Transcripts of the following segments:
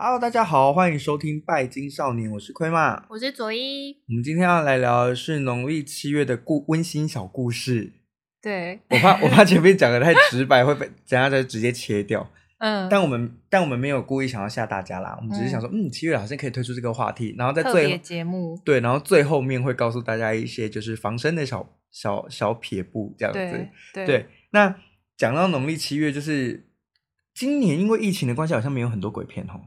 Hello，大家好，欢迎收听《拜金少年》，我是亏嘛。我是佐伊，我们今天要来聊的是农历七月的故温馨小故事。对，我怕我怕前面讲的太直白，会被等下再直接切掉。嗯，但我们但我们没有故意想要吓大家啦，我们只是想说，嗯，七月好像可以推出这个话题，然后在特别最节目，对，然后最后面会告诉大家一些就是防身的小小小撇步这样子对。对对，那讲到农历七月，就是今年因为疫情的关系，好像没有很多鬼片哦。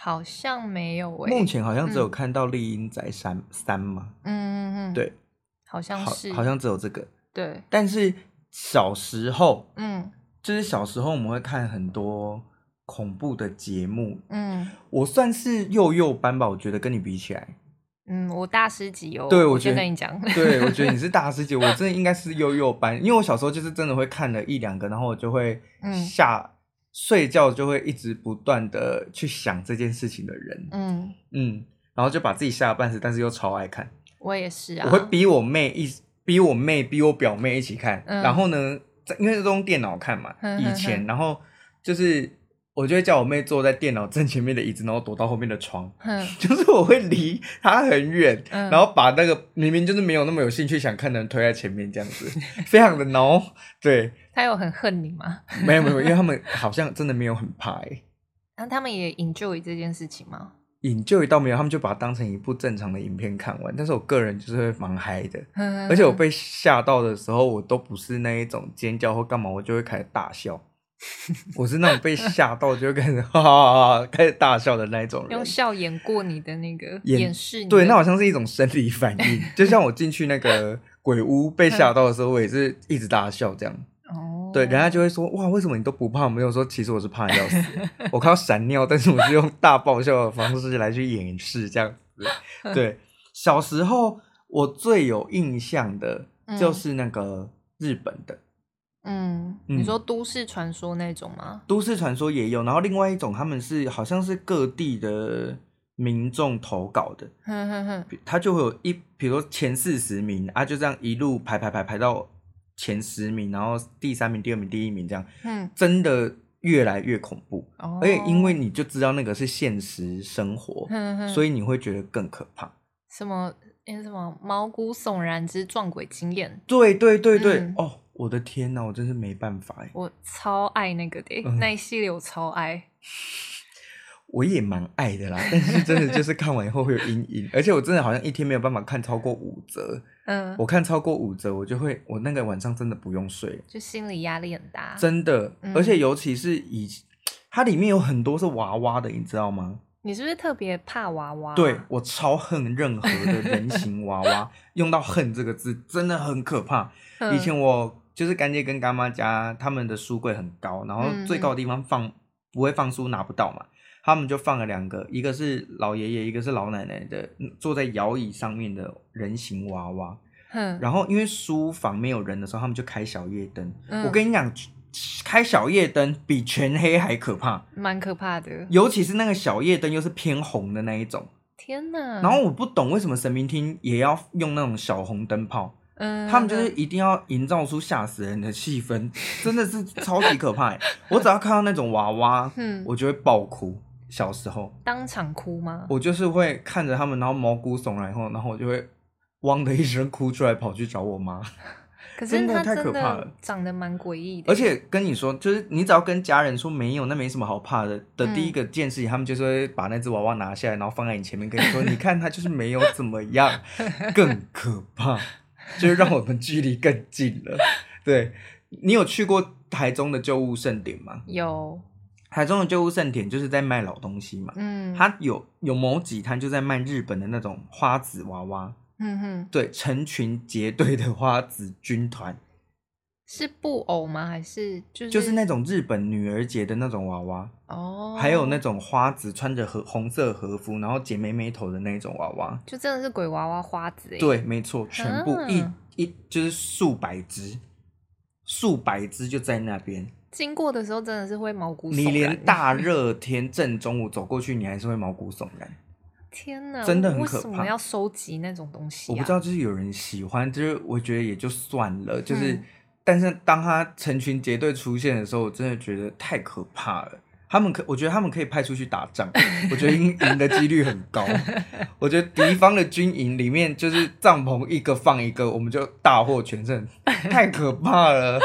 好像没有诶、目前好像只有嗯看到《丽英宅三》三嘛，嗯嗯嗯，对，好像好是，好像只有这个。对，但是小时候，嗯就是小时候我们会看很多恐怖的节目。嗯我算是幼幼班吧，我觉得跟你比起 来，嗯，我大师级哦，对我我觉就得跟你讲，对我觉得你是大师姐，我真的应该是幼幼班，因为我小时候就是真的会看了一两个，然后我就会嗯下、睡觉就会一直不断的去想这件事情的人， 嗯，嗯，然后就把自己吓得半死，但是又超爱看。我也是啊，我会逼我妹一逼我妹逼我表妹一起看，嗯然后呢，在因为是用电脑看嘛，哼哼以前，然后就是我就会叫我妹坐在电脑正前面的椅子，然后躲到后面的床， 哼，就是我会离她很远，嗯，然后把那个明明就是没有那么有兴趣想看的人推在前面，这样子， 非常的孬。对，他有很恨你吗？ 没有没有，因为他们好像真的没有很怕欸。然后他们也 enjoy 这件事情吗？引咎一到没有，他们就把它当成一部正常的影片看完。但是我个人就是会蛮嗨的，而而且我被吓到的时候，我都不是那一种尖叫或干嘛，我就会开始大笑。我是那种被吓到就会开始 哈哈哈哈开始大笑的那一种人 用。笑掩过你的那个掩掩饰你的，对，那好像是一种生理反应，就像我进去那个鬼屋被吓到的时候，我也是一直大笑这样。哦，对，人家就会说哇，为什么你都不怕？我没有说，其实我是怕的要死，我靠闪尿，但是我是用大爆笑的方式来去掩饰这样子。对，小时候我最有印象的就是那个日本的。嗯，嗯你说都市传说那种吗？ 都市传说也有，然后另外一种他们是好像是各地的民众投稿的，哼哼哼，比他就会有一，比如说前四十名啊，就这样一路排排排排到前十名，然后第三名、第二名、第一名这样，嗯，真的越来越恐怖。哦，而且因为你就知道那个是现实生活，哼哼，所以你会觉得更可怕。什么那什么毛骨悚然之撞鬼经验，对对对对，嗯哦，我的天哪，我真是没办法哎，我超爱那个的欸、嗯那一系列我超爱。我也蛮爱的啦，但是真的就是看完以后会有阴影，而且我真的好像一天没有办法看超过五折。嗯，我看超过五折，我就会，我那个晚上真的不用睡了，就心理压力很大。真的。嗯而且尤其是以它里面有很多是娃娃的，你知道吗？你是不是特别怕娃娃？对我超恨任何的人形娃娃，用到“恨”这个字真的很可怕。嗯，以前我就是干爹跟干妈家，他们的书柜很高，然后嗯最高的地方放、不会放书拿不到嘛，他们就放了两个，一个是老爷爷，一个是老奶奶的嗯坐在摇椅上面的人形娃娃。哼，然后因为书房没有人的时候，他们就开小夜灯。嗯我跟你讲，开小夜灯比全黑还可怕，蛮可怕的。尤其是那个小夜灯又是偏红的那一种。天哪！然后我不懂为什么神明厅也要用那种小红灯泡。嗯，他们就是一定要营造出吓死人的气氛，真的是超级可怕欸。我只要看到那种娃娃，嗯我就会爆哭。小时候，当场哭吗？我就是会看着他们，然后毛骨悚然以后，然后我就会汪的一声哭出来，跑去找我妈。可是真的他太真可怕的了长得蛮诡异的，而且跟你说，就是你只要跟家人说没有，那没什么好怕的的第嗯一个件事情，他们就是会把那只娃娃拿下来，然后放在你前面，跟你 说，你看它就是没有怎么样，更可怕，就是让我们距离更近了。对你有去过台中的旧物盛典吗？有台中的旧物盛典就是在卖老东西嘛，嗯，它有有某几摊就在卖日本的那种花子娃娃，嗯哼对，成群结队的花子军团，是布偶吗？还是就是就是那种日本女儿节的那种娃娃。哦，还有那种花子穿着和红色和服，然后剪妹妹头的那种娃娃。就真的是鬼娃娃花子哎，对，没错，全部一、啊一就是数百只，数百只就在那边。经过的时候真的是会毛骨悚然。 你连大热天正中午走过去，你还是会毛骨悚然。天哪，真的很可为什怕么要收集那种东西、啊？我不知道，就是有人喜欢，就是我觉得也就算了，就是。嗯但是当他成群结队出现的时候，我真的觉得太可怕了。他们可，我觉得他们可以派出去打仗，我觉得赢赢的几率很 高。我觉得敌方的军营里面就是帐篷一个放一个，我们就大获全胜，太可怕 了。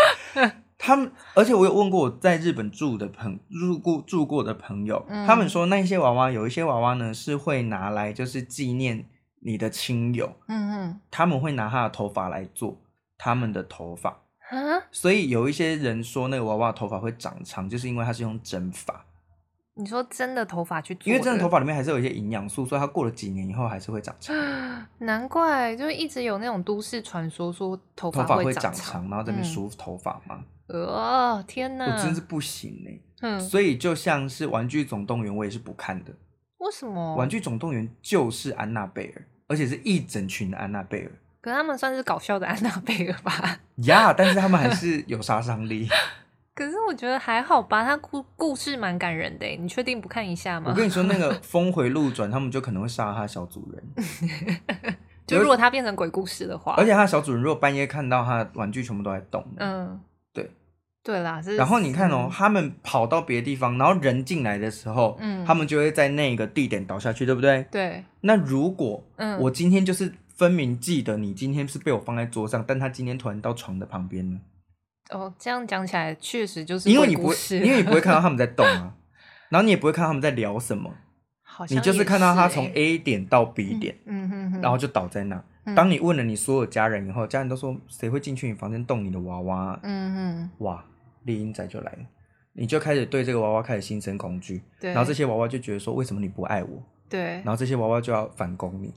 他们，而且我有问过我在日本住的朋住过住过的朋友，嗯他们说那些娃娃有一些娃娃呢是会拿来就是纪念你的亲友，嗯他们会拿他的头发来做他们的头发。嗯啊，所以有一些人说那个娃娃头发会长长，就是因为它是用针法，你说真的头发去做，因为真的头发里面还是有一些营养素，所以它过了几年以后还是会长长。 难怪，就一直有那种都市传说说头头发发会长长。长，然后在那边嗯梳头发嘛，呃，天哪！我真是不行哎、嗯，所以就像是《玩具总动员》，我也是不看的，为什么？玩具总动员》就是安娜贝尔，而且是一整群的安娜贝尔可是他们算是搞笑的安娜贝尔吧？ 呀但是他们还是有杀伤力。可是我觉得还好吧，他故故事蛮感人的耶，欸你确定不看一下吗？我跟你说，那个峰回路转，他们就可能会杀他小主人。就如果它变成鬼故事的话，而且他小主人如果半夜看到他的玩具全部都在动，嗯，嗯，对对啦，是。然后你看哦，他们跑到别的地方，然后人进来的时候，嗯他们就会在那个地点倒下去，对不对嗯，？对，那如果嗯，我今天就是分明记得你今天是被我放在桌上，但他今天突然到床的旁边呢，哦，这样讲起来确实就是因为鬼你不故会，事因为你不会看到他们在动啊，然后你也不会看到他们在聊什么，好像你就是也看到他是从耶 A 点到 B 点，嗯哼哼，然后就倒在那。嗯当你问了你所有家人以后，家人都说谁会进去你房间动你的娃娃啊？嗯哇，猎鹰仔就来了，你就开始对这个娃娃开始心生恐惧，哼，对，然后这些娃娃就觉得说为什么你不爱我，对然，后这些娃娃就要反攻你，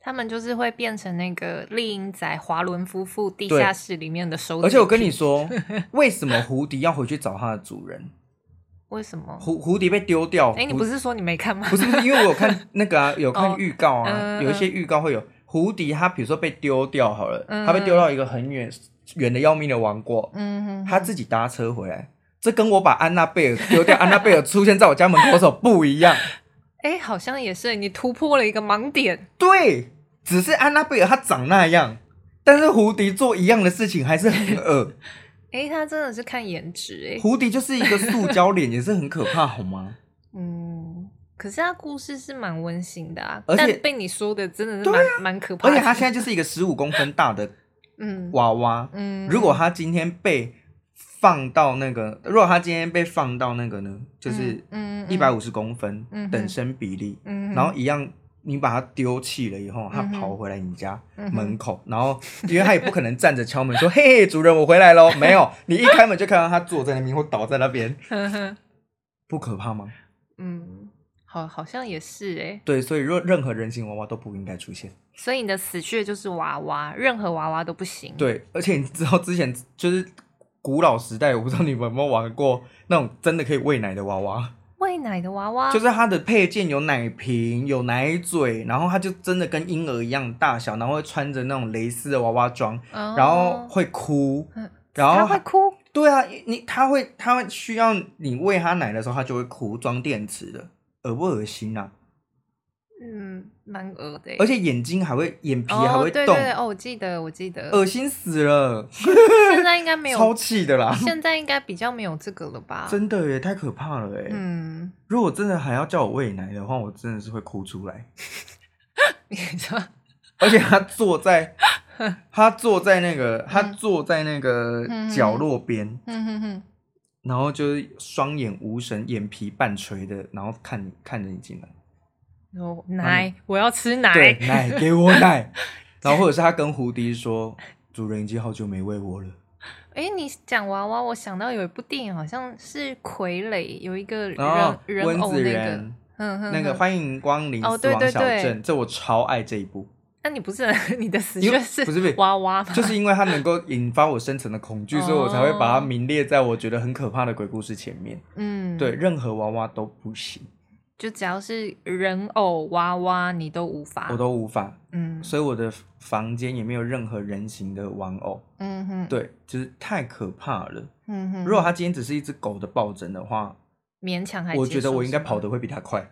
他们就是会变成那个丽英仔华伦夫妇地对下室里面的收，而且我跟你， 说，为什么蝴蝶要回去找它的主人？为什么？蝴蝴蝶被丢掉，哦哎，你蝴不是说你没看吗？ 不是不是，因为我有看那个啊，有看哦预告啊，嗯嗯有一些预告会有蝴蝶，它比如说被丢掉好了，嗯它被丢到一个很远远的要命的王国，嗯哼，它自己搭车回来。这跟我把安娜贝尔 丢掉，安娜贝尔出现在我家门口的时候不一样。哎，好像也是，你突破了一个盲点。对，只是安娜贝尔她长那样，但是胡迪做一样的事情还是很 恶。哎，他真的是看颜值哎，胡迪就是一个塑胶脸，也是很可怕，好 吗？嗯，可是他故事是蛮温馨的啊，而且啊但被你说的真的是蛮、蛮可怕而的。且他现在就是一个十五公分大的嗯娃娃。嗯，如果他今天被放到那个，如果他今天被放到那个呢，就是嗯一百五十公分嗯哼等身比例，嗯，嗯然后一样。你把它丢弃了以后，它嗯哼跑回来你家嗯哼门口，然后 因为它也不可能站着敲门说：“嘿嘿，主人，我回来喽。”没 有，你一开门就看到它坐在那边或倒在那边，哼哼不可怕吗？嗯，好，好像也是哎、对，所以若任何人形娃娃都不应该出现。所以你的死穴就是娃娃，任何娃娃都不行。，对，而且你知道之前就是古老时代，我不知道你们有没有玩过那种真的可以喂奶的娃娃，喂奶的娃娃就是它的配件有奶瓶、有奶嘴，然后它就真的跟婴儿一样大小，然后会穿着那种蕾丝的娃娃装，哦然后会哭，嗯然它后会哭，对啊，你它会它会需要你喂它奶的时候，它就会哭，装电池的，恶不恶心啊？嗯，蛮恶的欸、而且眼睛还会眼皮还哦会对动，对对哦，我记得，我记得，恶心死了，现在应该没超有，气的 啦！现在应该比较没有这个了吧？真的耶，太可怕了耶！嗯，如果真的还要叫我喂奶的话，我真的是会哭出来。你 说，而且他坐 在，他坐在那个，他坐在那个嗯角落边，嗯哼哼，然后就是双眼无神，眼皮半垂的，然后看你看着你进来，哦奶，我要吃奶，对， 奶给我奶， 然后或者是他跟胡迪说，主人已经好久没喂我了，哎，你讲娃娃，我想到有一部电影，好像是《傀儡》，有一个人、然后人哦温偶子那个，仁。嗯哼那个哼欢迎光临哦死对亡对小对镇，这我超爱这一 部，那你不是你的死因为穴是不是不是娃娃吗？就是因为它能够引发我深层的恐惧，哦所以我才会把它名列在我觉得很可怕的鬼故事前面。嗯，对，，任何娃娃都不行，就只要是人偶娃娃，你都无法，我都无法，嗯所以我的房间也没有任何人形的玩偶。嗯哼，，对，就是太可怕了。嗯哼，如果它今天只是一只狗的抱枕的话，勉强还，我觉得我应该跑。得会比它快。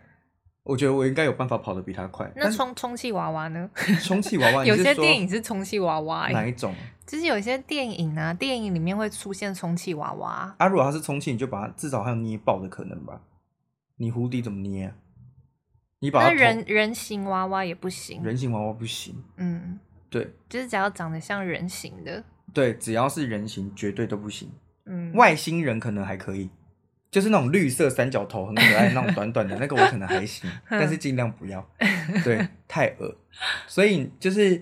我觉得我应该有办法跑得比它快。那充充气娃娃呢？但是 充气娃 娃，你有是些说电影是充气娃娃、哪欸，一种？就是有些电影啊，电影里面会出现充气娃娃。啊，如果它是充气，你就把它至少还有捏爆的可能吧。你蝴蝶怎么捏啊、你把它那头人人形娃娃也不行，啊人形娃娃不行，嗯，对就是只要长得像人形的，对，只要是人形绝对都不行。嗯，外星人可能还可以，就是那种绿色三角头很可爱那种短短的那个我可能还 行，嗯但是尽量不要，对，太恶。所以就是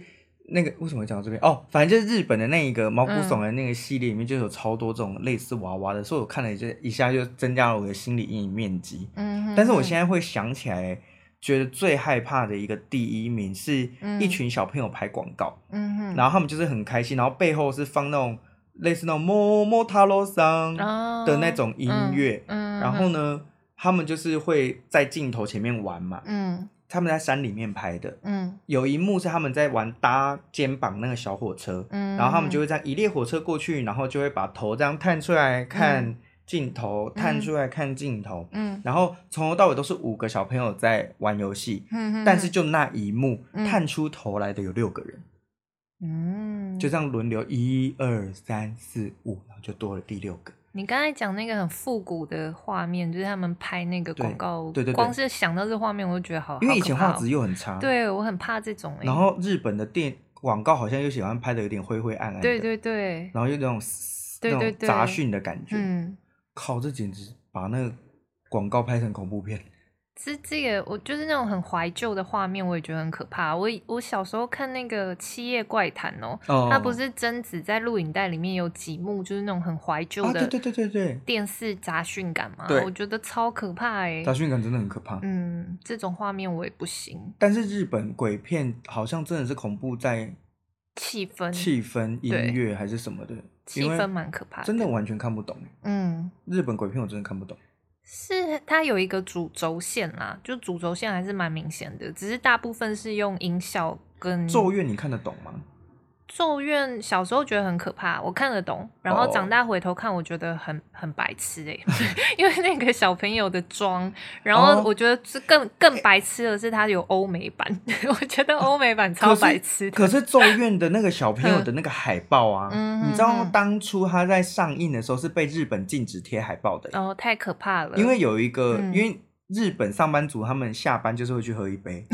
那个为什么会讲到这边？哦，反正就是日本的那一个毛骨嗯悚然那个系列里面就有超多这种类似娃娃的，所以我看了就一下就增加了我的心理阴影面积。嗯哼，但是我现在在会想起来，觉得最害怕的一个第一名是一嗯群小朋友拍广告。嗯哼，然后他们就是很开心，然后背后是放那种类似那种摸摸塔罗桑哦后的那种音乐，嗯，嗯然后，呢，他们就是会在镜头前面玩嘛，嗯他们在山里面拍的，嗯有一幕是他们在玩搭肩膀那个小火车，嗯，然后他们就会这样一列火车过去，然后就会把头这样探出来看镜头，探出来看镜头，嗯，然后从头到尾都是五个小朋友在玩游戏，嗯哼，但是就那一幕嗯探出头来的有六个人。嗯，就这样轮流一二三四五，然后就多了第六个。你刚才讲那个很复古的画面，就是他们拍那个对广告，对对对光是想到这画面，我就觉得好，因为好以可前怕画哦质又很差，，对我很怕这种、欸，然后日本的电广告好像又喜欢拍的有点灰灰暗暗的，对对对，然后又那种对那对种对杂讯的感觉，嗯，靠，这简直把那个广告拍成恐怖片。这这个我就是那种很怀旧的画面，我也觉得很可怕。我以我小时候看那个《七夜怪谈》哦，哦，它不是贞子在录影带里面有几幕就是那种很怀旧啊，的、对对对对对，电视杂讯感嘛对，我觉得超可怕哎、杂讯感真的很可怕。嗯，这种画面我也不行，但是日本鬼片好像真的是恐怖在气氛气氛、嗯对啊音乐还是什么的，气因为氛蛮可怕的，真的完全看不懂。嗯。日本鬼片我真的看不懂。是它有一个主轴线啦，就主轴线还是蛮明显的，只是大部分是用音效跟咒怨你看得懂吗？咒怨。小时候觉得很可怕，我看得懂，然后哦长大回头看，我觉得很很白痴哎、 因为那个小朋友的妆，然后哦我觉得是更更白痴的是它有欧美版， 我觉得欧美版超白痴的。可是咒怨的那个小朋友的那个海报啊，嗯你知道嗯嗯当初他在上映的时候是被日本禁止贴海报的，哦，太可怕了！因为有一个、嗯因为。日本上班族他们下班就是会去喝一 杯，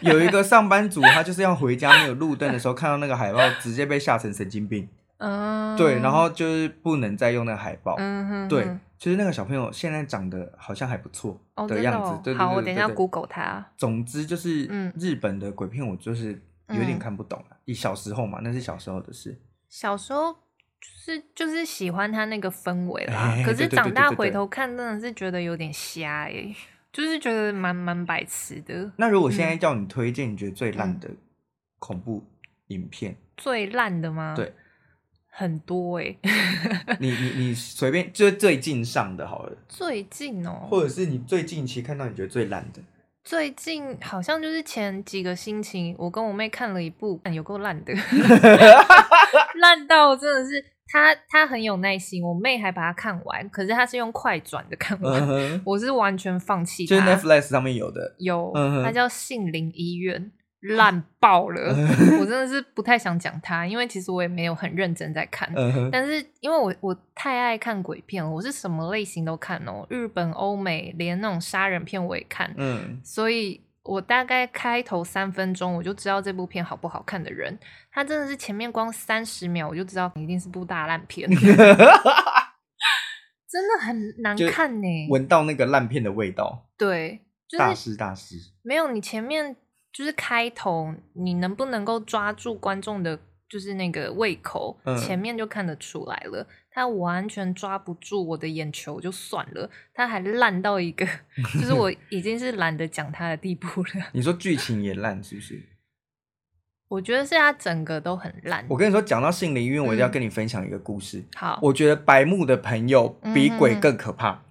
有一个上班族他就是要回家没有路灯的时候看到那个海报，直接被吓成神经病。嗯，对，然后就是不能再用那个海报。嗯哼对哼，就是那个小朋友现在长得好像还不错哦，的真的样子哦。对对对好，我对等一对下对 Google 它。总之就是，嗯日本的鬼片我就是有点嗯看不懂了。以小时候嘛，那是小时候的事。小时候就是就是喜欢他那个氛围啦，哎可对是对对长大对对回头看，真的是觉得有点瞎哎、就是觉得蛮蛮白痴的。那如果现在嗯叫你推荐，你觉得最烂的恐怖影片，最烂的吗？对，很多哎、你你你随便，就是最近上的好了， 最近哦、或者是你最近期看到你觉得最烂的，最近好像就是前几个星期，我跟我妹看了一部，哎有够 烂的，烂到真的是。她她很有耐心，我妹还把它看完，可是她是用快转的看完，嗯哼，我是完全放弃就是她。 Netflix 上面有的。有，嗯哼哦它叫杏林医院，烂爆了。嗯 我真的是不太想讲它，因为其实我也没有很认真在看。嗯哼，但是因为我我太爱看鬼片了，我是什么类型都看哦，日本、欧美，连那种杀人片我也看，嗯，所以我大概开头三分钟我就知道这部片好不好看的人，他真的是前面光三十秒我就知道一定是部大烂片， 真的很难就看呢、闻到那个烂片的味道，对，就是大师大师。没有，你前面就是开头，你能不能够抓住观众的，就是那个胃口，嗯前面就看得出来了。他完全抓不住我的眼球就算了，他还烂 到一个，就是我已经是懒得讲他的地步了。 你说剧情也烂是不是？我觉得是他整个都很烂我。跟你说，讲到杏林医院，我一定要嗯跟你分享一个故事。好，我我觉得白目的朋友比鬼更可怕，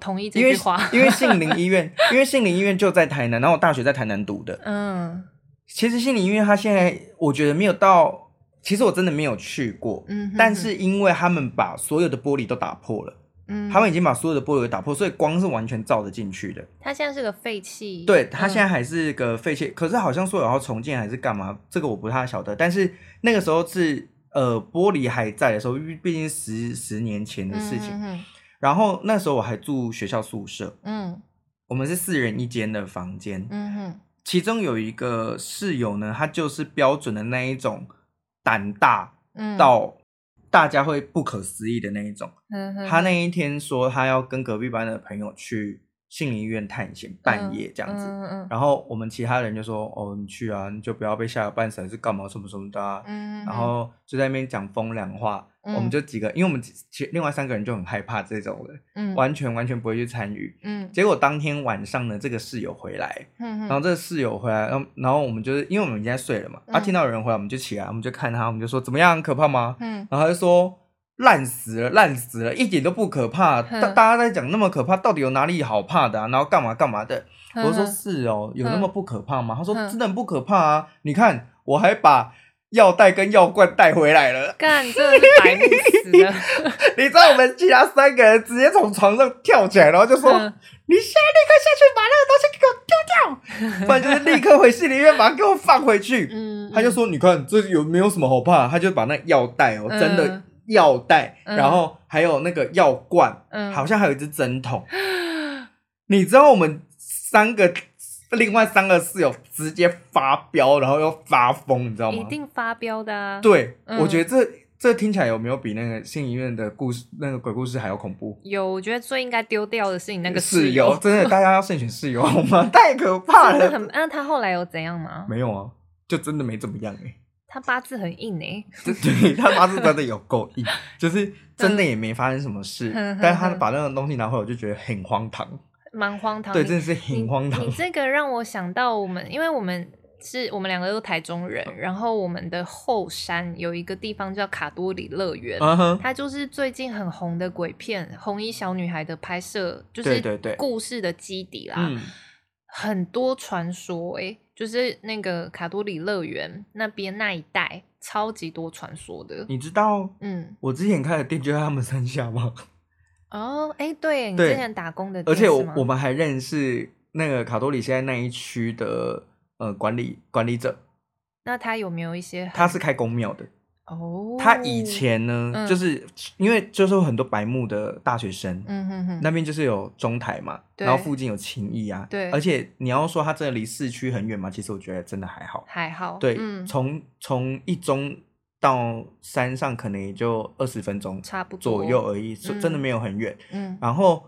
同意嗯这因为句话。因为 杏林医院，因为杏林医院就在台南，然后我大学在台南读的。嗯其实杏林医院它现在我觉得没有到，其实我真的没有去过，嗯哼哼，但是因为他们把所有的玻璃都打破了，嗯，他们已经把所有的玻璃都打破，所以光是完全照得进去的。他现在是个废弃，对，它现在在还是个废弃，可是好像说有要重建还是干嘛，这个我不太晓得。但是那个时候是呃玻璃还在的时候，因为毕竟十十年前的事情。嗯然后那时候我还住学校宿舍，嗯我们是四人一间的房间，嗯哼，其中有一个室友呢，他就是标准的那一种胆大嗯，到大家会不可思议的那一种。嗯哼他那一天说他要跟隔壁班的朋友去杏林医院探险，半夜这样子。嗯嗯嗯然后我们其他人就说：“哦，你去啊，你就不要被吓得半死，还是干嘛什么什么的、啊。嗯，然后就在那边讲风凉话，嗯我们就几个，因为我们其另外三个人就很害怕这种的，嗯完全完全不会去参与。嗯结果当天晚上呢，这个室友回来，嗯然后这个室友回来，然后然后我们就是因为我们已经在睡了嘛，他、啊嗯听到有人回来，我们就起来，我们就看他，我们就说怎么样，可怕吗？嗯然后他就说烂死了，烂死了，一点都不可怕。哼大大家在讲那么可怕，到底有哪里好怕的、啊？然后干嘛干嘛的？我就说嗯是哦，有那么不可怕吗？他说哼真的很不可怕啊，你看我还把。药袋跟药罐带回来了， 干，真的是白目死了，你知道我们其他三个人直接从床上跳起来，然后就说：“嗯你现在立刻下去把那个东西给我丢 掉，不然就是立刻回去里面把它给我放回去。嗯，他就说：“你看，这有没有什么好怕？”他就把那药袋哦，嗯真的药袋，嗯然后还有那个药罐，嗯好像还有一支针 筒。你知道我们三个，另外三个室友直接发飙，然后又发疯，你知道一吗？定发飙的啊，，对，嗯我觉得这这听起来有没有比那个县医院的故事，那个鬼故事还要恐怖？有，我觉得最应该丢掉的是你那个室友，真的，大家要慎选室友好 吗？太可怕真的很了。，那他后来有怎样吗？没有啊，就真的没怎么样哎、他八字很硬欸诶，对 对，他妈是真的有够 硬，就是真的也没发生什么事，嗯但是他把那个东西拿回来，我就觉得很荒唐。蛮荒唐，对，你真的是你很荒唐嗯你。这个让我想到我们，因为我们是我们两个都是台中人，然后我们的后山有一个地方叫卡多里乐园。嗯哼，它就是最近很红的鬼片《红衣小女孩》的拍摄，就对是对对故事的基底啦。嗯很多传说、欸，就是那个卡多里乐园那边那一带超级多传说的。你知道嗯，我之前开的店就在他们山下吗？哦，哎、对欸你对之前打工的而店且是我吗，我们还认识那个卡多里现在那一区的呃管理管理者，那他有没有一些他是开公庙的。哦？他以，前呢，嗯就是因为就是有很多白目的大学生，嗯哼哼，那边就是有中台嘛，对然后附近有情谊啊，对而且你要说它真的离市区很远嘛，其实我觉得真的还好。还好，对，嗯，从从一中到山上可能也就二十分钟差不多左右，而已，所以真的嗯没有很远。嗯然后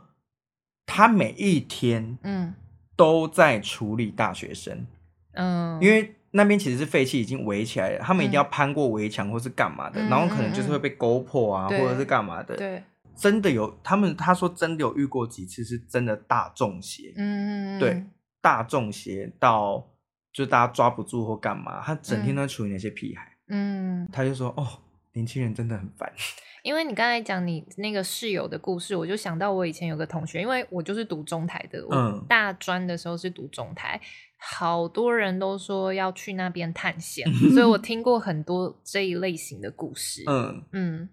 他每一天嗯都在处理大学生，嗯，因为那边其实是废弃，已经围起来了，他们一定要嗯攀过围墙或是干嘛的，嗯然后可能就是会被勾破啊，嗯嗯或者是干嘛的。对，真的有，他们他说真的有遇过几次是真的大中邪，嗯，嗯对，大中邪到就大家抓不住或干嘛，他整嗯天都在处理那些屁孩，嗯，嗯他就说哦，年轻人真的很 烦，因为你刚才讲你那个室友的故事，我就想到我以前有个同学，因为我就是读中台的，我嗯大专的时候是读中台，好多人都说要去那边探险，所以我听过很多这一类型的故事，嗯，嗯，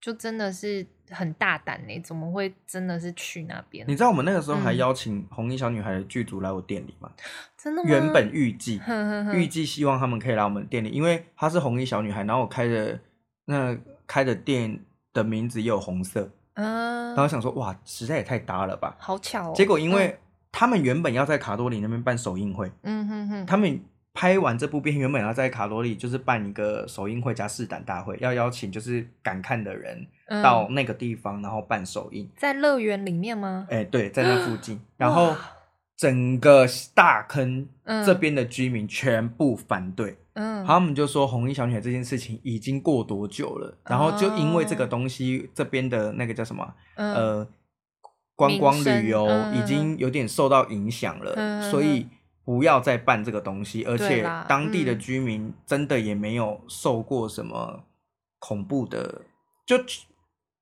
就真的是很大胆呢、怎么会真的是去那边你？知道我们那个时候还嗯邀请红衣小女孩的剧组来我店里吗？真的吗？原本预计哼哼哼预计希望他们可以来我们店里，因为她是红衣小女孩，然后我开的那开的店的名字也有红色，嗯然后想说哇，实在也太搭了吧，好巧哦，结果因嗯为他们原本要在卡多里那边办首映会，嗯哼哼，他们拍完这部片原本要在卡多里就是办一个首映会加试胆大会，要邀请就是敢看的人嗯到那个地方，然后办首映。在乐园里面吗？哎、对，在那附近，然后啊哇整个大坑嗯这边的居民全部反对，嗯，他们就说红衣小女孩这件事情已经过多久了，然后就因为这个哦东西，这边的那个叫什么啊？嗯，呃观光旅游民生嗯已经有点受到影响了，嗯嗯嗯所以不要再办这个东西。而对且啦当地的嗯居民真的也没有受过什么恐怖的，就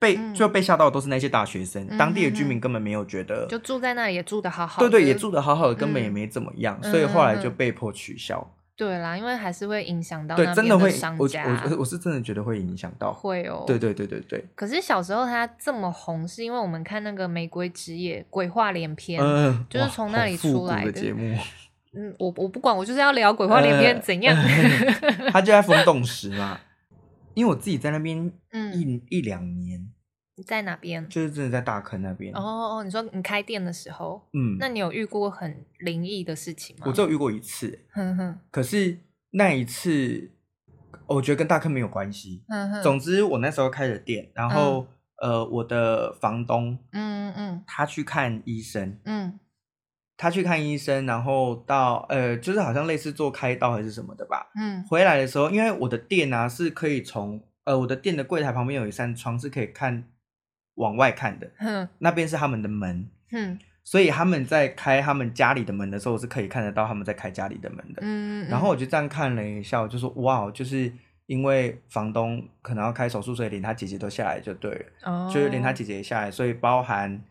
被、嗯就被吓到的都是那些大学生，嗯当地的居嗯嗯民根本没有觉得就住在那里也住的好好对的，对，也住的好好的，根本嗯也没怎么样，嗯所以后来嗯嗯就被迫取消。对啦，因为还是会影响到对，那真边的会，商我家我我是真的觉得会影响到。会哦，对。对对对对，可是小时候他这么红，是因为我们看那个《玫瑰之夜》鬼话连篇。嗯嗯，就是哇从那好里复出古来的的节目。我我不管，我就是要聊鬼话连篇呃 怎样。他就在风洞石嘛。因为我自己在那边嗯一一两年，在哪边？就是真的在大坑那边。哦哦，你说你开店的时候，嗯，那你有遇过很灵异的事情吗？我只有遇过一次，哼哼可是那一次我觉得跟大坑没有关系。哼哼，总之，我那时候开的店，然后、呃，我的房东嗯嗯他去看医生，嗯他去看医生，然后到呃，就是好像类似做开刀还是什么的吧。嗯回来的时候，因为我的店啊是可以从呃我的店的柜台旁边有一扇窗是可以看往外看的，哼嗯那边是他们的门，哼所以他们在开他们家里的门的时候，我是可以看得到他们在开家里的门的。嗯，然后我就这样看了一下，我就说哇，哦就是因为房东可能要开手术，所以连他姐姐都下来就对了，嗯就是连他姐姐也下来，所以包含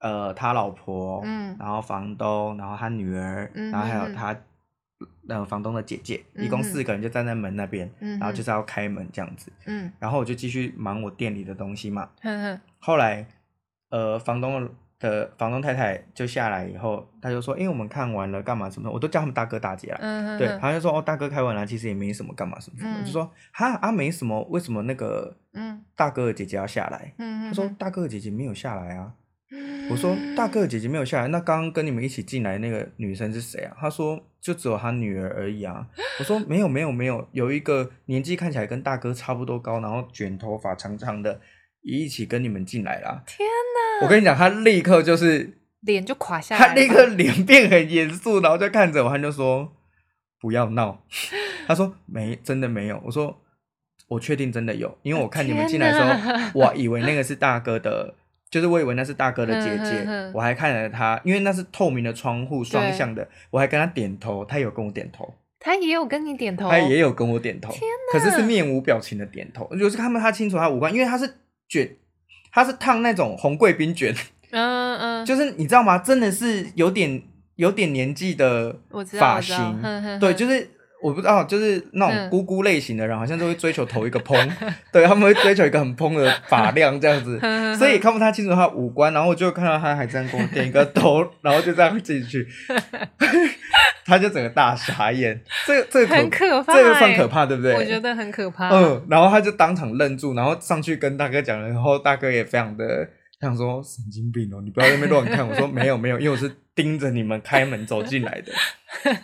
呃他老婆，嗯然后房东，然后他女儿，嗯然后还嗯嗯有他呃房东的姐姐，一嗯共嗯四个人就站在门那边，嗯然后哼就是要开门这样子，嗯然后我就继续忙我店里的东西嘛。哼哼后来呃房东的房东太太就下来以后，他就说，因、为我们看完了干嘛什么的，我都叫他们大哥大姐啦。嗯哼，对，哼他就说哦，大哥开完了，其实也没什么，干嘛什么什么，我就嗯说哈啊没什么，为什么那个嗯大哥的姐姐要下来？嗯，他说哼，大哥的姐姐没有下来啊，哼我说大哥的姐姐没有下来，那刚刚跟你们一起进来那个女生是谁啊？他说就只有他女儿而已啊。我说没有没有没有，有一个年纪看起来跟大哥差不多高，然后卷头发长长的，也一起跟你们进来啦。天我跟你讲，他立刻就是脸就垮下来了，他那个脸变很严肃，然后就看着我，他就说：“不要闹。”他说：“没，真的没有。”我说：“我确定真的有，因为我看你们进来的时天哪候，我以为那个是大哥的，就是我以为那是大哥的姐姐嗯嗯嗯，我还看了他，因为那是透明的窗户，双向的，我还跟他点头，他有跟我点头，他也有跟你点头，他也有跟我点头，可是是哦哪面无表情的点头，就是看不他清楚他五官，因为他是卷，他是烫那种红贵宾卷。”嗯嗯，就是你知道吗？真的是有点有点年纪的我知道发我知道型哼哼，对，哼就是我不知道，就是那种嗯姑姑类型的人，好像都会追求头一个蓬， 对他们会追求一个很蓬的发量这样子 哼哼，哼所以看不太清楚他的五官，然后我就看到他还这样给我点一个头，然后就这样进 去，他就整个大傻眼，这个这个很可怕欸这个算可怕对不对？我觉得很可怕，嗯，然后他就当场愣住，然后上去跟大哥讲了，然后大哥也非常的想说神经病哦，你不要在那边乱看。我说没有没有，因为我是盯着你们开门走进 来的。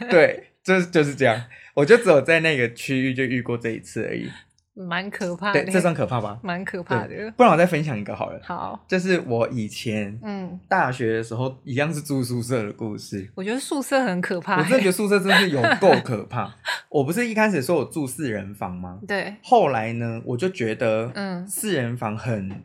对，就是就是这样，我就只有在那个区域就遇过这一次而已。蛮可怕的，对，这算可怕吧？蛮可怕对，的。不然我再分享一个好了，好，就是我以前嗯，大学的时候一样是住宿舍的故事。我觉得宿舍很可怕欸，我真的觉得宿舍真是有够可怕。我不是一开始说我住四人房吗？ 对，后来呢，我就觉得，嗯四人房很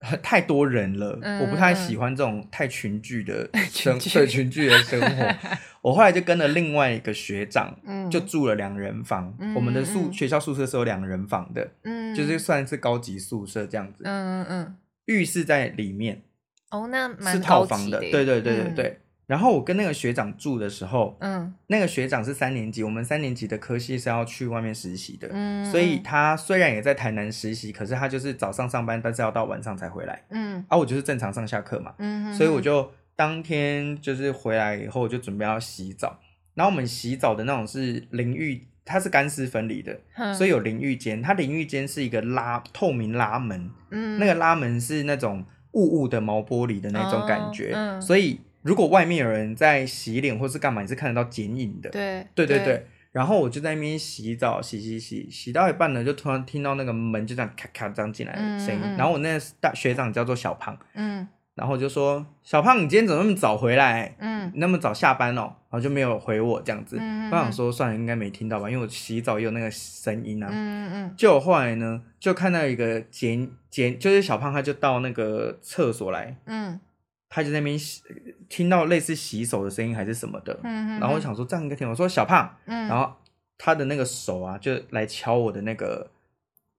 很太多人了，嗯我不太喜欢这种太群聚的生聚对群聚的生活。 我后来就跟了另外一个学长，嗯，就住了两人房。嗯我们的宿、嗯学校宿舍是有两人房的，嗯，就是算是高级宿舍这样子。嗯嗯嗯，浴室在里面，哦，那是蛮套高房级的。耶对对对对对。，然后我跟那个学长住的时候，嗯那个学长是三年级，我们三年级的科系是要去外面实习的。嗯，所以嗯他虽然也在台南实习，可是他就是早上上班，但是要到晚上才回来。嗯啊，我就是正常上下课嘛，嗯哼，所以我就当天就是回来以后，我就准备要洗澡。然后我们洗澡的那种是淋浴，它是干湿分离的，哼，所以以有淋浴间。它淋浴间是一个拉透明拉门，嗯那个拉门是那种雾雾的毛玻璃的那种感觉，哦嗯所以如果外面有人在洗脸或是干嘛，你是看得到剪影的。对对对对，然后我就在那边洗澡，洗洗洗，洗到一半呢，就突然听到那个门就这样咔咔这样进来的声音。嗯嗯然后我那个大学长叫做小胖，嗯然后我就说：“小胖，你今天怎么那么早回来？嗯那么早下班哦？”然后就没有回我这样子。嗯嗯我想说算了，应该没听到吧，因为我洗澡也有那个声音啊。嗯嗯就后来呢，就看到一个剪剪，就是小胖他就到那个厕所来，嗯他就在那边洗，听到类似洗手的声音还是什么的。嗯，然后我想说这样应该听，我说小胖，嗯，嗯然后他的那个手啊，就来敲我的那个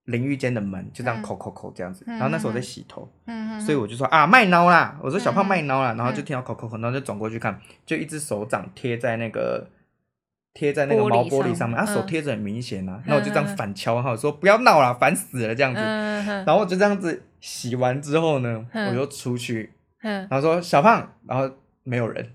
淋浴间的门，就这样嗯扣扣扣这样子。嗯然后那时候我在洗头，嗯，所以我就说啊卖孬啦，我说小胖嗯嗯卖孬啦，然后就嗯听到扣扣扣，然后就转过去看，就一只手掌贴在那个。贴在那个玻璃毛玻璃上上面，啊，手嗯贴着很明显啊，那我就这样嗯嗯嗯反敲，然后我说不要闹啦，烦死了这样子，嗯嗯然后我就这样子洗完之后呢，嗯我就出去，嗯然后说小胖，然后没有人，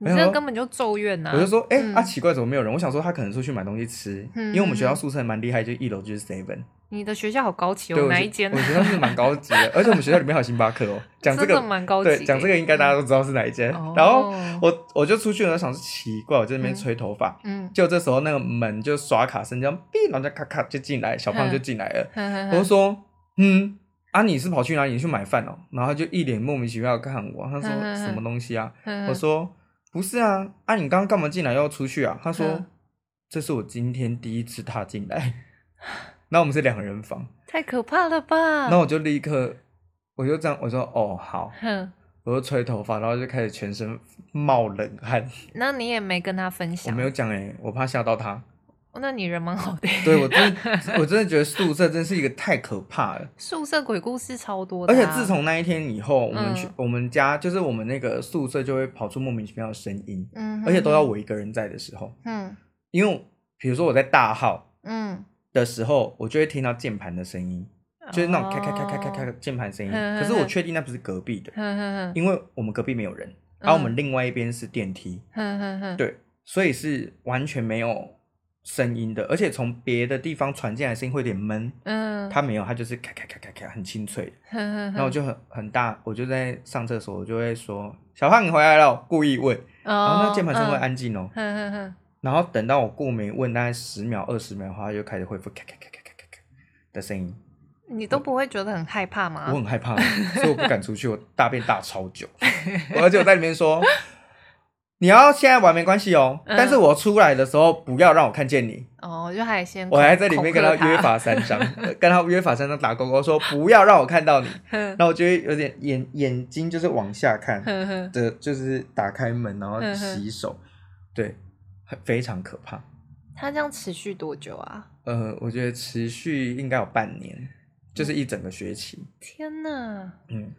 你这根本就咒怨呐、我就说，哎、嗯啊，奇怪，怎么没有人？我想说他可能出去买东西吃，嗯因为我们学校宿舍蛮厉害，就一楼就是 Seven，你的学校好高级对，哦，我哪觉一间我？觉得是蛮高级的， 而且我们学校里面还有星巴克哦。讲这真的个，蛮高级的对，讲这个应该大家都知道是哪一间。哦然后我我就出去了，想说奇怪，我在那边嗯吹头发，嗯，就这时候那个门就刷卡声这样，哔，然后就咔咔就进来，小胖就嗯进来了。我就我说，嗯，啊，你是跑去哪里？你去买饭哦？然后他就一脸莫名其妙地看我，他说嗯嗯嗯什么东西啊？我我说不是啊，啊，你刚刚干嘛进来要出去啊？他说嗯这是我今天第一次踏进来， 那我们是两人房，太可怕了吧？那我就立刻我就这样我说哦好，哼，我就吹头发，然后就开始全身冒冷汗，那你也没跟他分我享，没有讲哎、我怕吓到他。哦那你人蛮好的。对我 真的我真的觉得宿舍真是一个太可怕了。宿舍鬼故事超多的而啊、且自从那一天以后，我们嗯去、我们家就是我们那个宿舍就会跑出莫名其妙的声音，嗯哼，而且都要我一个人在的时候，嗯因为比如说我在大号嗯，的时候，我就会听到键盘的声音，就是那种咔咔咔咔咔咔哦，的键盘声音。嗯嗯嗯可是我确定那不是隔壁的，哼哼哼因为我们隔壁没有人，嗯然后我们另外一边是电梯，哼哼哼，对，所以是完全没有声音的，而且从别的地方传进来的声音会有点闷，嗯，它没有，它就是咔咔咔咔咔很清脆的。哼哼哼，然后我就很很大，我就在上厕所，我就会说：“小胖，你回来了。”故意问，然后那键盘声会哦，安静哦。嗯哼哼哼，然后等到我过没问大概十秒、二十秒的话，它就开始恢复咔咔咔咔咔咔咔的声音。你都不会觉得很害怕吗？我很害怕，所以我不敢出去，我大便大超久，而且我在里面说：“你要现在玩没关系哦，嗯但是我出来的时候不要让我看见你。”哦，就还先我还在里面跟他他约，法三章，呃跟他约法三章打勾勾，说不要让我看到你。哼那我就会有点眼眼睛就是往下看，哼哼，的，就是打开门然后嗯哼洗手，对，很非常可怕。他这样持续多久啊？呃，我觉得持续应该有半年，嗯就是一整个学期。天呐！嗯，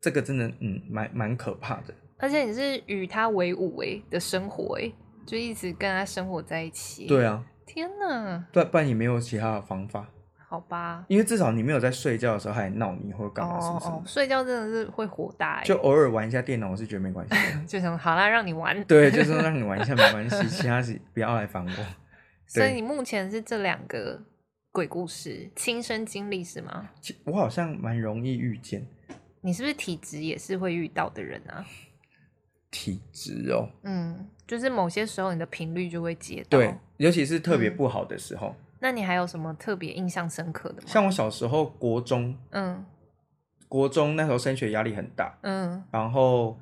这个真的嗯蛮蛮可怕的。而且你是与他为伍诶的生活诶，就一直跟他生活在一起。，对啊，天呐！不然不然也没有其他的方法，好吧。因为至少你没有在睡觉的时候还闹你或干嘛什哦么什么哦，哎的，睡觉真的是会火大诶，欸就偶尔玩一下电脑，我是觉得没关 系的。就想好啦，让你玩。对，就是让你玩一下没关系，其他是不要来烦我。所以对你目前是这两个鬼故事亲身经历是吗？其我好像蛮容易遇见你是不是体质也是会遇到的人啊？体质哦，嗯，就是某些时候你的频率就会接到。对，，尤其是特别嗯不好的时候，那你还有什么特别印象深刻的吗？像我小时候国中，嗯国中那时候升学压力很大，嗯然后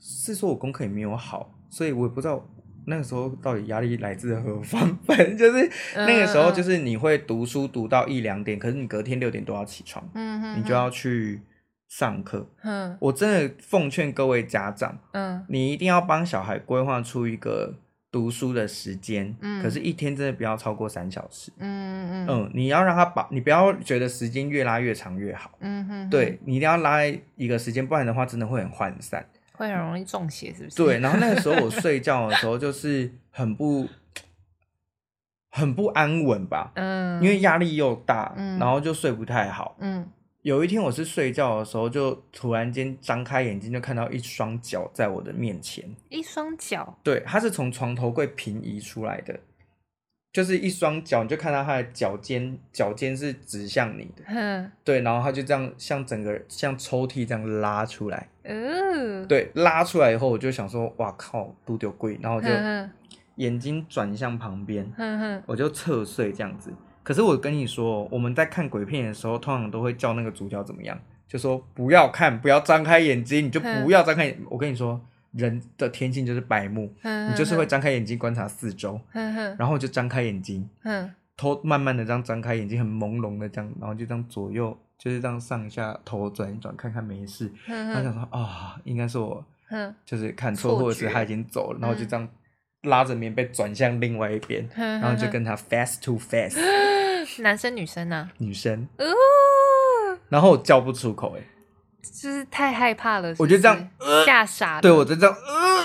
是说我功课也没有好，所以我也不知道那个时候到底压力来自何方。 反正就是嗯那个时候，嗯就是你会读书读到一两点，可是你隔天六点多要起床，嗯，你就要去上课。嗯我真的奉劝各位家长，嗯你一定要帮小孩规划出一个读书的时间，嗯可是一天真的不要超过三小时。嗯嗯嗯嗯，你要让他把，你不要觉得时间越拉越长越好。嗯哼，对，你一定要拉一个时间，不然的话真的会很涣散。会很容易中邪，是不是？对，，然后那个时候我睡觉的时候就是很不很不安稳吧，嗯，因为压力又大，嗯然后就睡不太好。嗯有一天我是睡觉的时候，就突然间张开眼睛，就看到一双脚在我的面前。一双脚，对，它是从床头柜平移出来的，就是一双脚，你就看到它的脚尖，脚尖是指向你的。哼，对，然后它就这样，像整个像抽屉这样拉出来。呃，对，拉出来以后，我就想说，哇靠，都丢贵，然后我就哼眼睛转向旁边哼，哼哼，我就侧睡这样子。可是我跟你说，我们在看鬼片的时候，通常都会叫那个主角怎么样，就说不要看，不要张开眼睛，你就嗯不要张开眼。我跟你说，人的天性就是白目，哼你就是会，张开眼睛观察四周，哼哼然后我就张开眼睛，哼，偷慢慢的这样张开眼睛，很朦胧的这样，然后就这样左右，就是这样上下头转一转，看看没事。哼他想哼说啊、应该是我哼就是看错，嗯错或者是觉他已经走了，然后就嗯这样拉着棉被转向另外一边，哼，然后就跟他 face to face 男生女生啊，女生，呃，然后我叫不出口、欸，就是太害怕了，我觉得这样吓傻，对我就这样，呃，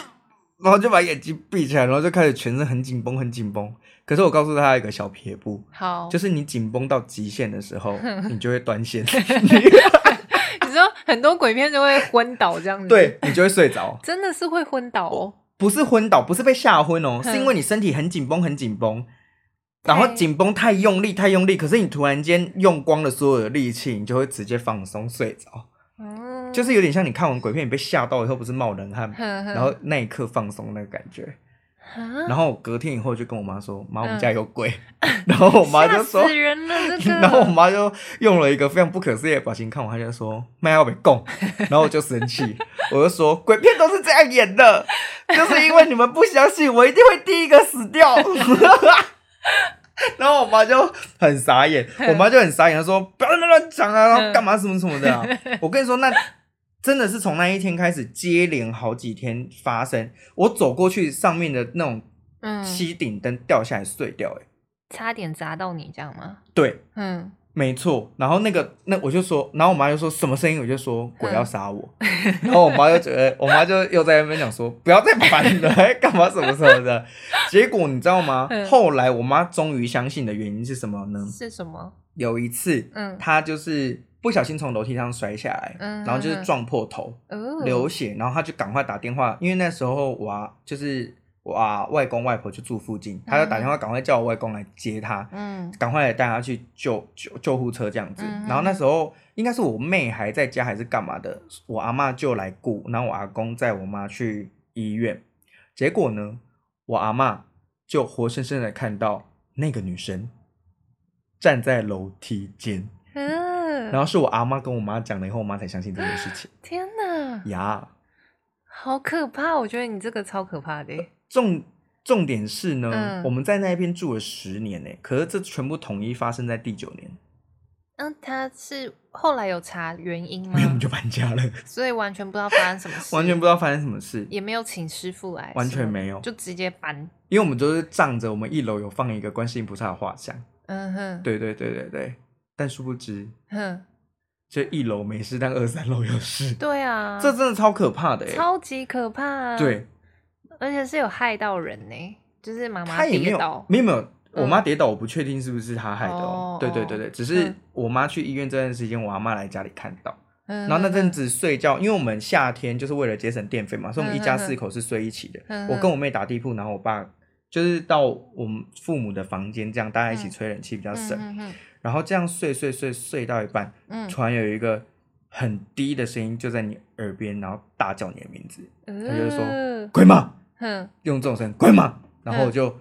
然后就把眼睛闭起来，然后就开始全身很紧绷，很紧绷。可是我告诉他一个小撇步，好，就是是你紧绷到极限的时 候，你就会断 线，你说很多鬼片就会昏倒这样子，对，你就会睡着。真的是会昏倒哦，不是昏倒，不是被吓昏哦，哼是因为你身体很紧绷，很紧绷，然后太紧绷太用力，太用力，可是你突然间用光了所有的力气，你就会直接放松睡着，嗯，就是有点像你看完鬼片，你被吓到以后不是冒冷汗，然然后那一刻放松那个感觉。然然后隔天以后就跟我妈说：“妈，我们嗯家有鬼。然后我妈就说死：“人 了，这 个，然后我妈就用了一个非常不可思议的表情看我，她就说：“麦要被供。”然后我就生气，我就说：“鬼片都是这样演的，就是因为你们不相信，我一定会第一个死掉。” 然后我妈就很傻眼，我妈就很傻眼，她说：“不要在那乱讲啊，然后干嘛什么什么的、啊。”我跟你说，那真的是从那一天开始，接连好几天发生，我走过去上面的那种嗯，吸顶灯掉下来碎掉、欸，差点砸到你，这样吗？对。嗯，没错，然后那个那我就说，然后我妈就说什么声音，我就嗯说鬼要杀我， 然后我妈就觉得，我妈就又在那边讲说 不要再烦了， 还干嘛什么什么的。结果你知道吗？嗯后来我妈终于相信的原因是什么呢？是什么？有一次，嗯，她就是不小心从楼梯上摔下来，嗯然后就嗯是嗯撞破头，哦，流血，然后她就赶快打电话，因为那时候我啊就是我啊外公外婆就住附近，她就打电话赶快叫我外公来接她，嗯赶快来带他去救救救护车这样子。嗯哼然后那时候应该是我妹还在家还是干嘛的，我阿嬷就来顾，然后我阿公载我妈去医院。结果呢，我阿嬷就活生生的看到那个女生站在楼梯间，嗯，然后是我阿嬷跟我妈讲了以后，我妈才相信这件事 情天哪，呀。好可怕！我觉得你这个超可怕 的耶。重重点是呢，嗯我们在那边住了十年呢、可是这全部统一发生在第九年，那嗯他是后来有查原因吗没有我？ 们就搬家了，所以完全不知道发生什么事，完全不知道发生什么事。也没有请师傅来，完全什么没有啊就直接搬。因为我们都是仗着我们一楼有放一个观世音菩萨的画像，嗯哼，对对对对对，但殊不知哼，这一楼没事，但二三楼有事，对啊，这真的超可怕的哎、超级可怕、啊。，对，而且是有害到人呢、就是妈妈他也没跌有倒，没有没有，嗯我妈跌倒，我不确定是不是她害的哦哦。对对对对，只是嗯我妈去医院这段时间，我阿妈来家里看到，然然后那嗯阵，子睡觉，因为我们夏天就是为了节省电费嘛，所以我们嗯一家嗯嗯四口是睡一起的。嗯我跟我妹打地铺，然后我爸就是到我们父母的房间，这样大家一起吹冷气比较省。嗯嗯然后这样睡睡睡睡到一半，嗯突然有一个很低的声音就在你耳边，然后大叫你的名字，嗯，他就说呃鬼马，哼，用这种声音鬼马，然后我就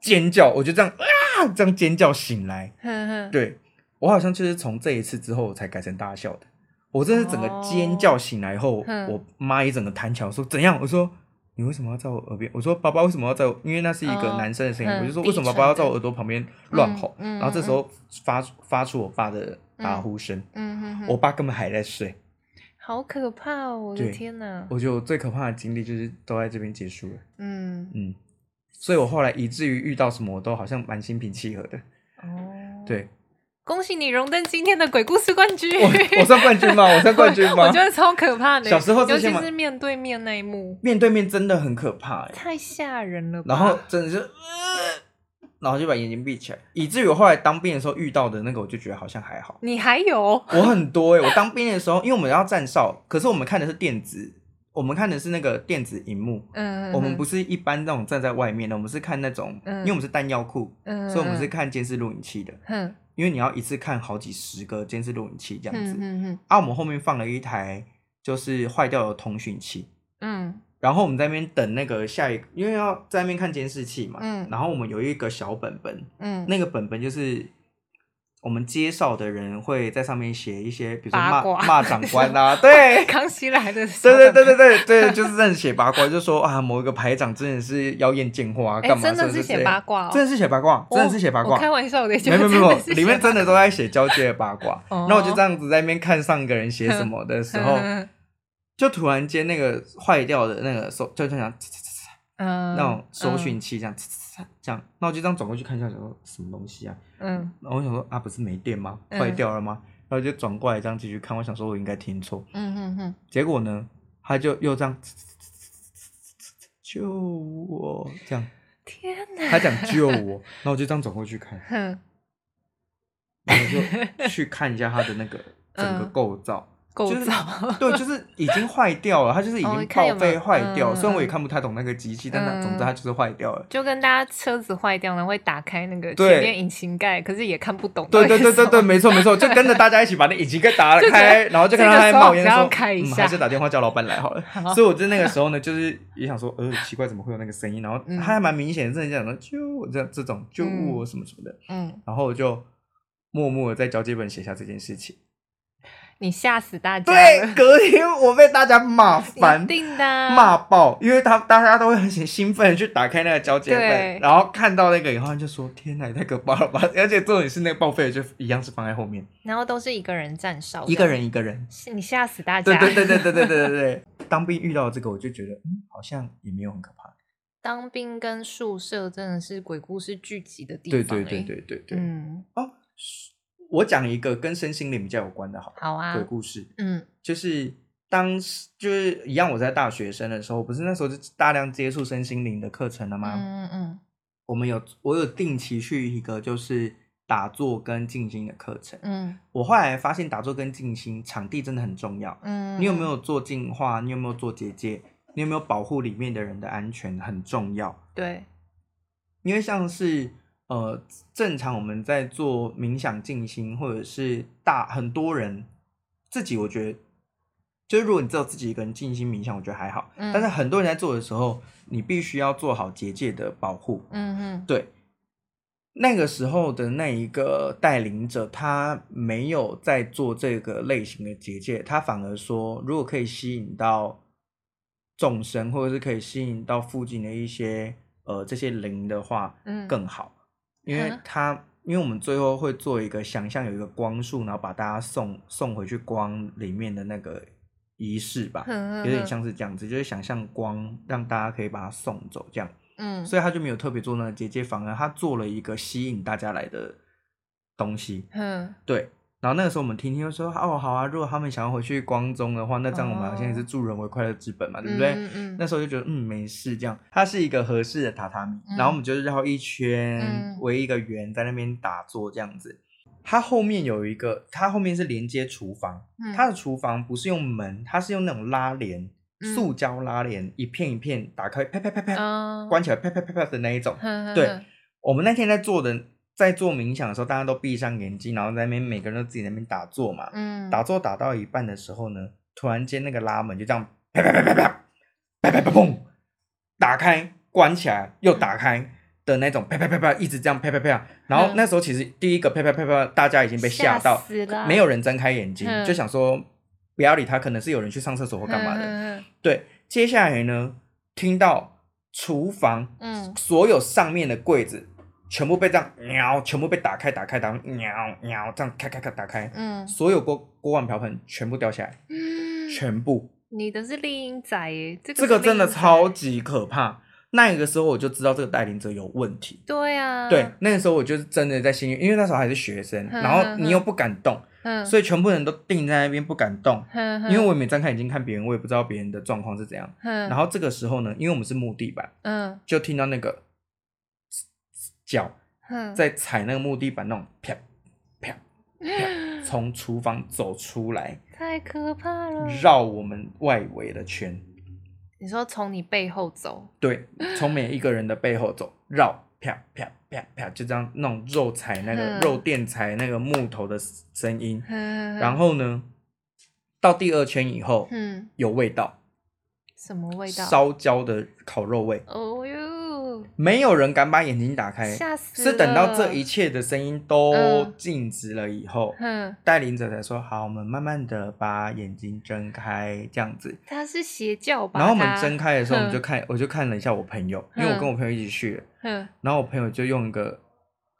尖叫，我就这样啊，这样尖叫醒来。哼哼，对我好像就是从这一次之后我才改成大笑的，我真的是整哦个尖叫醒来后，嗯我妈一整个弹起来我说怎样？我说。你为什么要在我耳边？我说爸爸为什么要在我？因为那是一个哦男生的声音，嗯我就说为什么爸爸要在我耳朵旁边乱吼？嗯嗯然后这时候发发出我爸的打呼声，嗯哼哼，我爸根本还在睡。好可怕哦！我的对天哪，我觉得我最可怕的经历就是都在这边结束了，嗯，嗯，所以我后来以至于遇到什么我都好像蛮心平气和的。哦，，对恭喜你荣登今天的鬼故事冠军。我，我算冠军吗？我算冠军吗 我？觉得超可怕的。小时候这尤些其嘛是面对面那一幕，面对面真的很可怕哎、太吓人了吧。然后真的是，呃然后就把眼睛闭起来，以至于我后来当兵的时候遇到的那个，我就觉得好像还 好。你还有，我很多哎、我当兵的时候，因为我们要站哨，可是我们看的是电子，我们看的是那个电子荧幕，嗯，我们不是一般那种站在外面的，我们是看那种，嗯因为我们是弹药库，嗯，嗯，所以我们是看监视录影器的，嗯，因为你要一次看好几十个监视录影器这样子嗯。嗯嗯啊，我们后面放了一台就是坏掉的通讯器，嗯然后我们在那边等那个下一个，因为要在那边看监视器嘛。嗯然后我们有一个小本本，嗯，那个本本就是我们介绍的人会在上面写一些，比如说八骂卦骂长官 啊，对。康熙来的时候，对对对对对对， 就是这样写八卦，就说啊某一个排长真的是妖艳贱货啊，哎干嘛？真的是是写八卦哦真的是写八卦，真的是写八我卦我，开玩笑的，没有没有没有，里面真的的都在写交接的八卦。哦然后我就这样子在那边看上一个人写什么的时候，嗯就突然间那个坏掉的那个手，就这样呲呲呲呲嗯那种搜寻，器这样，呲呲呲这样，那我就这样转过去看一下，想说什么东西啊？嗯然后我想说啊，不是没电吗？嗯坏掉了吗？然后就转过来这样继续看，我想说我应该听错，嗯嗯嗯结果呢，他就又这样呲呲呲呲呲呲呲救我，这样天哪，他讲救我，然后我就这样转过去看，嗯哼 然后就去看一下它的那个整个嗯构造，构就是造，对，就是已经坏掉了，它就是已哦经看有报没废有坏掉。嗯虽然我也嗯看不太懂那个机器，但它总之嗯它就是坏掉了。 就跟大家车子坏掉了会打开那个对前面引擎盖，可是也看不懂到对底对是什对么。对对，没错没错，就跟着大家一起把那引擎盖打就觉得开，然后就看到它在冒烟的时这个时候，候开一嗯，下哦还是打电话叫老板来好了。 好所以我在那个时候呢，就是也想说，呃，奇怪，怎么会有那个声音？然后嗯它还蛮明显的，真的讲的救我这样这种救我什么什么的，嗯，然后我就默默的在交接本写下这件事情。你吓死大 家了对，，隔天我被大家骂一烦。定的啊骂爆，因为他大家都会很兴奋地去打开那个交接对本，然后看到那个以后就说：“天哪，也太可怕了吧！”而且重点是那个报废的就一样是放在后面，然后都是一个人站哨，一个，人一个人。是你吓死大对家。对对对对对对对对。当兵遇到这个，我就觉得嗯，好像也没有很可怕。当兵跟宿舍真的是鬼故事聚集的地对方、对欸。对对对对。嗯，我讲一个跟身心灵比较有关的好了，好啊鬼，故事，嗯就是当时就是一样，我在大学生的时候，不是那时候就大量接触身心灵的课程了嗯吗？嗯嗯，我们有我有定期去一个就是打坐跟静心的课程。嗯我后来发现打坐跟静心场地真的很重要。嗯，你有没有做净化？你有没有做结界？你有没有保护里面的人的安全很重要。对？因为像是呃，正常我们在做冥想静心，或者是大很多人自己，我觉得就是如果你只有自己一个人静心冥想，我觉得还好。嗯但是很多人在做的时候，你必须要做好结界的保护。嗯嗯对，那个时候的那一个带领者，他没有在做这个类型的结界，他反而说，如果可以吸引到众生，或者是可以吸引到附近的一些呃这些灵的话，嗯，更好，因为嗯他。因为我们最后会做一个想象有一个光束，然后把大家送送回去光里面的那个仪式吧，有有点，像是这样子，就是想象光让大家可以把它送走这样。嗯，所以他就没有特别做那个结界，反而他做了一个吸引大家来的东西。嗯对，然后那个时候我们听听就说，哦，好啊，如果他们想要回去光宗的话，那这样我们好像也是助人为快乐之本嘛，对不对？嗯嗯那时候就觉得，嗯，没事，这样它是一个合适的榻榻米，嗯然后我们就是绕一圈嗯，围一个圆，在那边打坐这样子。它后面有一个，它后面是连接厨房，嗯它的厨房不是用门，它是用那种拉帘，嗯塑胶拉帘，一片一片打开，啪啪啪啪，嗯，关起来啪啪啪啪的那一种。哼，哼对哼我们那天在做的，在做冥想的时候，大家都闭上眼睛，然后在那边每个人都自己在那边打坐嘛。 嗯，打坐打到一半的时候呢，突然间那个拉门就这样啪啪啪啪啪啪啪啪砰，打开关起来又打开的那种啪啪啪啪，一直这样啪啪啪。然后嗯那时候其实第一个啪啪啪啪，大家已经被吓到吓死了，没有人睁开眼睛，嗯就想说不要理他，可能是有人去上厕所或我干嘛的。的，对，接下来呢，听到厨房，嗯所有上面的柜子全部被这样喵，全部被打开，打开，打开喵喵，这样开开开打开，嗯所有锅锅碗瓢盆全部掉下来，嗯，全部，你的是丽英仔耶，这这个个是真的丽英仔超级可怕。那个时候我就知道这个带领者有问题。对啊，对，那个时候我就是真的在心里，因为那时候还是学生，嗯然后你又不敢动，嗯，所以全部人都定在那边不敢动，哼哼因为我也没睁开眼睛看别人，我也不知道别人的状况是怎样。哼然后这个时候呢，因为我们是木地板，嗯就听到那个嘶嘶脚哼在踩那个木地板那种啪啪啪， 从厨房走出来，太可怕了，绕我们外围的圈，你说从你背后走，对，从每一个人的背后走，绕啪啪啪啪，就这样那种肉踩那个嗯肉垫踩那个木头的声音，然然后呢，到第二圈以后嗯，有味道，什么味道？烧焦的烤肉味，哦哟，没有人敢把眼睛打开，吓死！哎是等到这一，切的声音都嗯静止了以后，哼，带领者才说：“好，我们慢慢的把眼睛睁开，这样子。他是邪教”吧？然后我们他睁，开的时候，我嗯们就看，我就看了一下我朋友，因为我嗯跟我朋友一起去，哼然后我朋友就用一个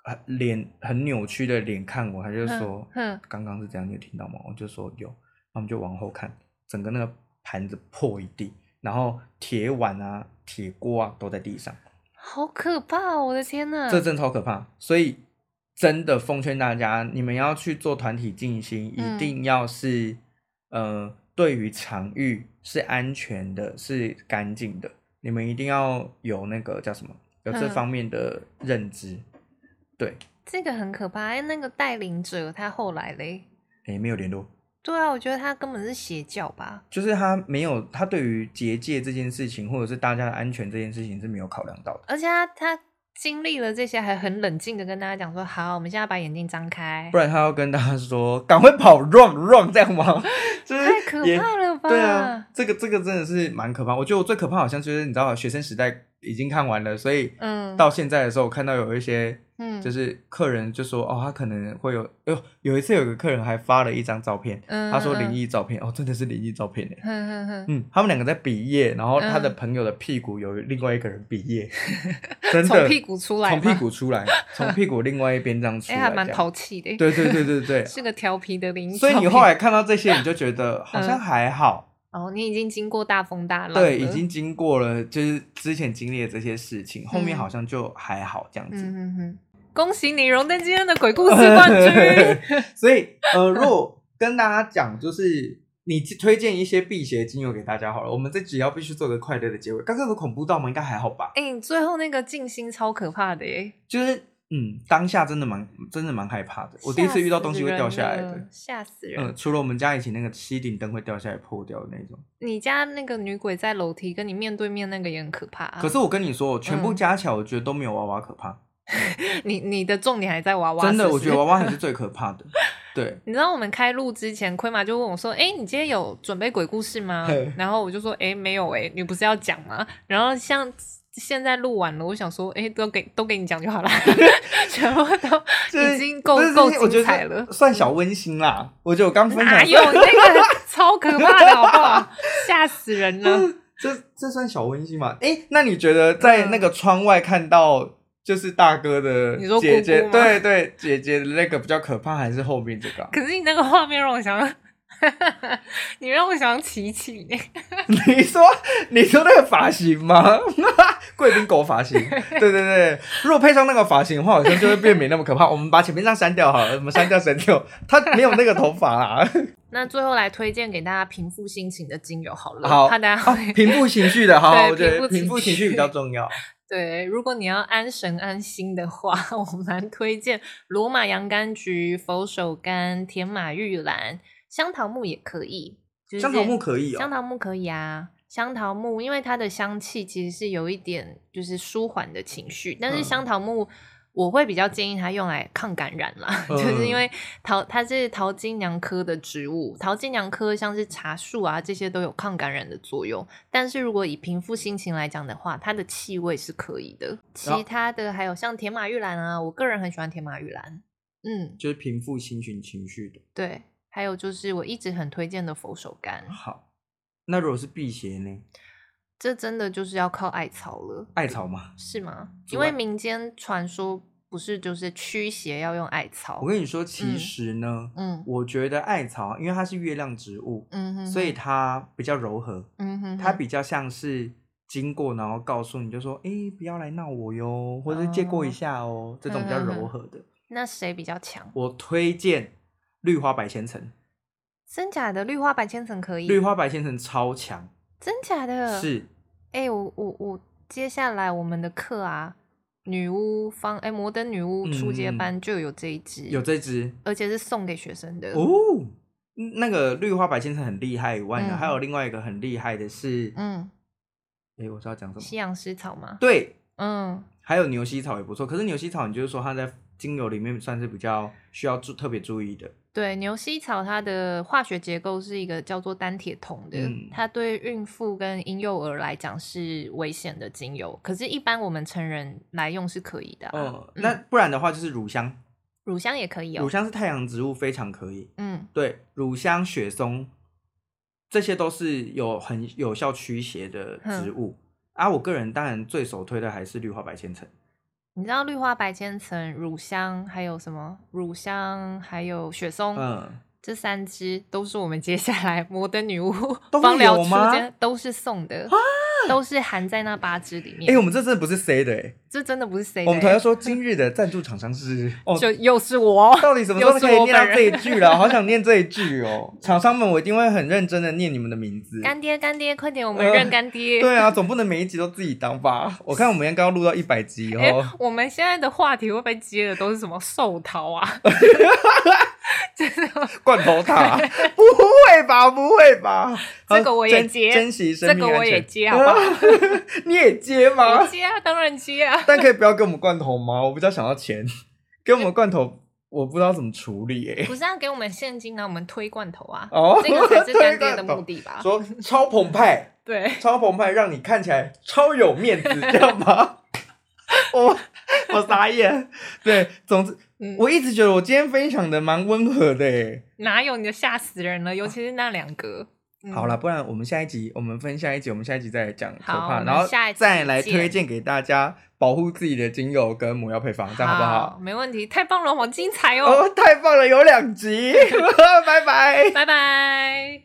呃脸很扭曲的脸看我，他就嗯说哼哼：“刚刚是这样，你有听到吗？”我就说：“有。”然后我们就往后看，整个那个盘子破一地，然后铁碗啊、铁锅啊都在地上。好可怕哦！我的天呐，这真的超可怕。所以真的奉劝大家，你们要去做团体静心，嗯一定要是、呃，对于场域是安全的，是干净的，你们一定要有那个叫什么，有这嗯方面的认知。对，这个很可怕。哎，那个带领者他后来嘞，诶，没有联络，对啊，我觉得他根本是邪教吧？就是他没有他对于结界这件事情，或者是大家的安全这件事情是没有考量到的。而且他他经历了这些，还很冷静的跟大家讲说：“好，我们现在把眼睛张开不。然他要跟大家说，赶快跑，run run 这样吗？ 就是太可也怕了吧？对啊，这个这个真的是蛮可怕。我觉得我最可怕好像就是你知道，学生时代已经看完了，所以嗯，到现在的时候，我看到有一些嗯就是客人就说哦，他可能会有，哎呦，有一次有个客人还发了一张照片，嗯他说灵，异照片，哦，真的是灵异照片哎。嗯嗯嗯嗯，他们两个在比耶，然后他的嗯朋友的屁股有另外一个人比 耶，嗯， 真从的屁股出来从吗，屁股出来，从屁股另外一边这样出哎、来，还蛮这样淘气的，对对对对 对，是个调皮的灵异照所片。以你后来看到这些，你就觉得好像嗯还好，哦，你已经经过大风大浪了，对，已经经过了，就是之前经历的这些事情，后面好像就还好这样 嗯子。嗯嗯，恭喜你荣登今天的鬼故事 冠军。所以呃，如果跟大家讲，就是你推荐一些辟邪精油给大家好了，我们这集要必须做个快乐的结尾。刚刚有恐怖到吗？应该还好吧？哎、你最后那个静心超可怕的耶！就是嗯，当下真的蛮真的蛮害怕的，我第一次遇到东西会掉下来吓死人的了。吓死人！嗯，除了我们家以前那个吸顶灯会掉下来破掉的那种，你家那个女鬼在楼梯跟你面对面那个也很可怕、啊。可是我跟你说，我全部嗯加起来，我觉得都没有娃娃可怕。你你的重点还在娃娃，真的，是不我是觉得娃娃还是最可怕 的。对，你知道我们开录之前，亏玛就问我说：“哎、你今天有准备鬼故事吗嘿？”然后我就说：“哎、没有哎、你不是要讲吗？”然后像现在录完了，我想说：“哎、都给都给你讲 就好了，全部都已经够就是够我觉精得彩了。”算小温馨啦。我觉得我刚分享哪有那个超可怕的好不好？吓死人 了！这这算小温馨吗？诶，那你觉得在那个窗外看到就是大哥的嗯你说姐姐，姑姑吗对对，姐姐的那个比较可怕，还是后面这个 啊？可是你那个画面让我想 到，你让我想到琪琪，你说你说那个发型吗？ 贵宾狗发型，对对对。如果配上那个发型的话，好像就会变没那么可怕。我们把前面那删掉好了，我们删掉删掉，他没有那个头发啊 啦。那最后来推荐给大家平复心情的精油好了，好怕大家啊会、平复情绪的，好好，对我觉得平平复复情情绪绪比较重要。 对，如果你要安神安心的话，我蛮推荐罗马洋甘菊、佛手柑、甜马玉兰、香桃木也可以。就是、香桃木可以香哦，桃木可以啊，香桃木因为它的香气其实是有一点就是舒缓的情绪，但是嗯香桃木。我会比较建议它用来抗感染啦，嗯 就是因为桃它是桃金娘科的植物，桃金娘科像是茶树啊这些都有抗感染的作用。但是如果以平复心情来讲的话，它的气味是可以的。然后其他的还有像铁马玉兰啊，我个人很喜欢铁马玉兰，嗯，就是平复心情情绪的。对。还有就是我一直很推荐的佛手柑，好，那如果是辟邪呢？这真的就是要靠艾草了。艾草嘛，是吗？之因外为民间传说不是就是驱邪要用艾草我，跟你说，其实呢，嗯我觉得艾草，因为它是月亮植物，嗯哼，所以它比较柔和，嗯哼哼，它比较像是。经过，然后告诉你就说，哎、不要来闹我哟，或者是借过一下哦，这种比较柔和的。那谁比较强？我推荐绿花白千嗯层，真假的绿花白千层可以，绿花白千层超强，真假的，是哎、我我我接下来我们的课啊，女巫方哎、摩登女巫初阶嗯嗯班就有这一支，有这只，而且是送给学生的，哦，嗯那个绿花白千层很厉害以外呢，嗯还有另外一个很厉害的是，哎、嗯，我是要讲什西么？洋湿草嘛，对，嗯，还有牛膝草也不错。可是牛膝草，你就是说它在精油里面算是比较需要注特别注意的。对，牛膝草它的化学结构是一个叫做单铁酮的，嗯它对孕妇跟婴幼儿来讲是危险的精油，可是，一般我们成人来用是可以的、啊。哦、嗯那不然的话就是乳香，乳香也可以乳哦。香是太阳植物，非常可以。嗯对，乳香、雪松，这些都是有很有效驱邪的植物。啊，我个人当然最首推的还是绿花白千层。你知道绿花白千层、乳香还有什么？乳香还有雪松，嗯，这三支都是我们接下来 摩登女巫都会芳疗有初吗啊阶都是送的，都是含在那八支里哎、面。我们这真的不是 C 的哎、这真的不是谁的欸、我们团要说今日的赞助厂商 是哦，就又是 我。到底什么时候可以念到这一句了？好想念这一句哦！厂商们，我一定会很认真的念你们的名字。干爹，干爹，快点，我们呃认干爹。对啊，总不能每一集都自己当吧？我看我们刚刚录到一百集以 哎、后， 我们现在的话题会不会接的都是什么寿桃啊？真的吗？罐头 塔，不会吧？不会吧？这个我也珍接珍惜生这命个我安全也接好不好？ 你也接我吗？接啊，当然接啊。但可以不要给我们罐头吗？我比较想要钱，给我们罐头，我不知道怎么处理诶、不是要给我们现金呢，我们推罐头啊，哦这个才是 干爹的目的吧？说超澎湃，对，超澎湃，让你看起来超有面子，这样 吗？我我傻眼。对，总之嗯我一直觉得我今天分享的蛮温和的诶、哪有你就吓死人了，尤其是那两个。嗯好了，，不然我们下一集，我们分下一集，我们下一集再来讲可好我怕，们然后下一集再来见推荐给大家保护自己的精油跟抹药配方，这样好不好？？没问题，太棒了，好精彩哦！ 哦，太棒了，有两集，拜拜。拜拜。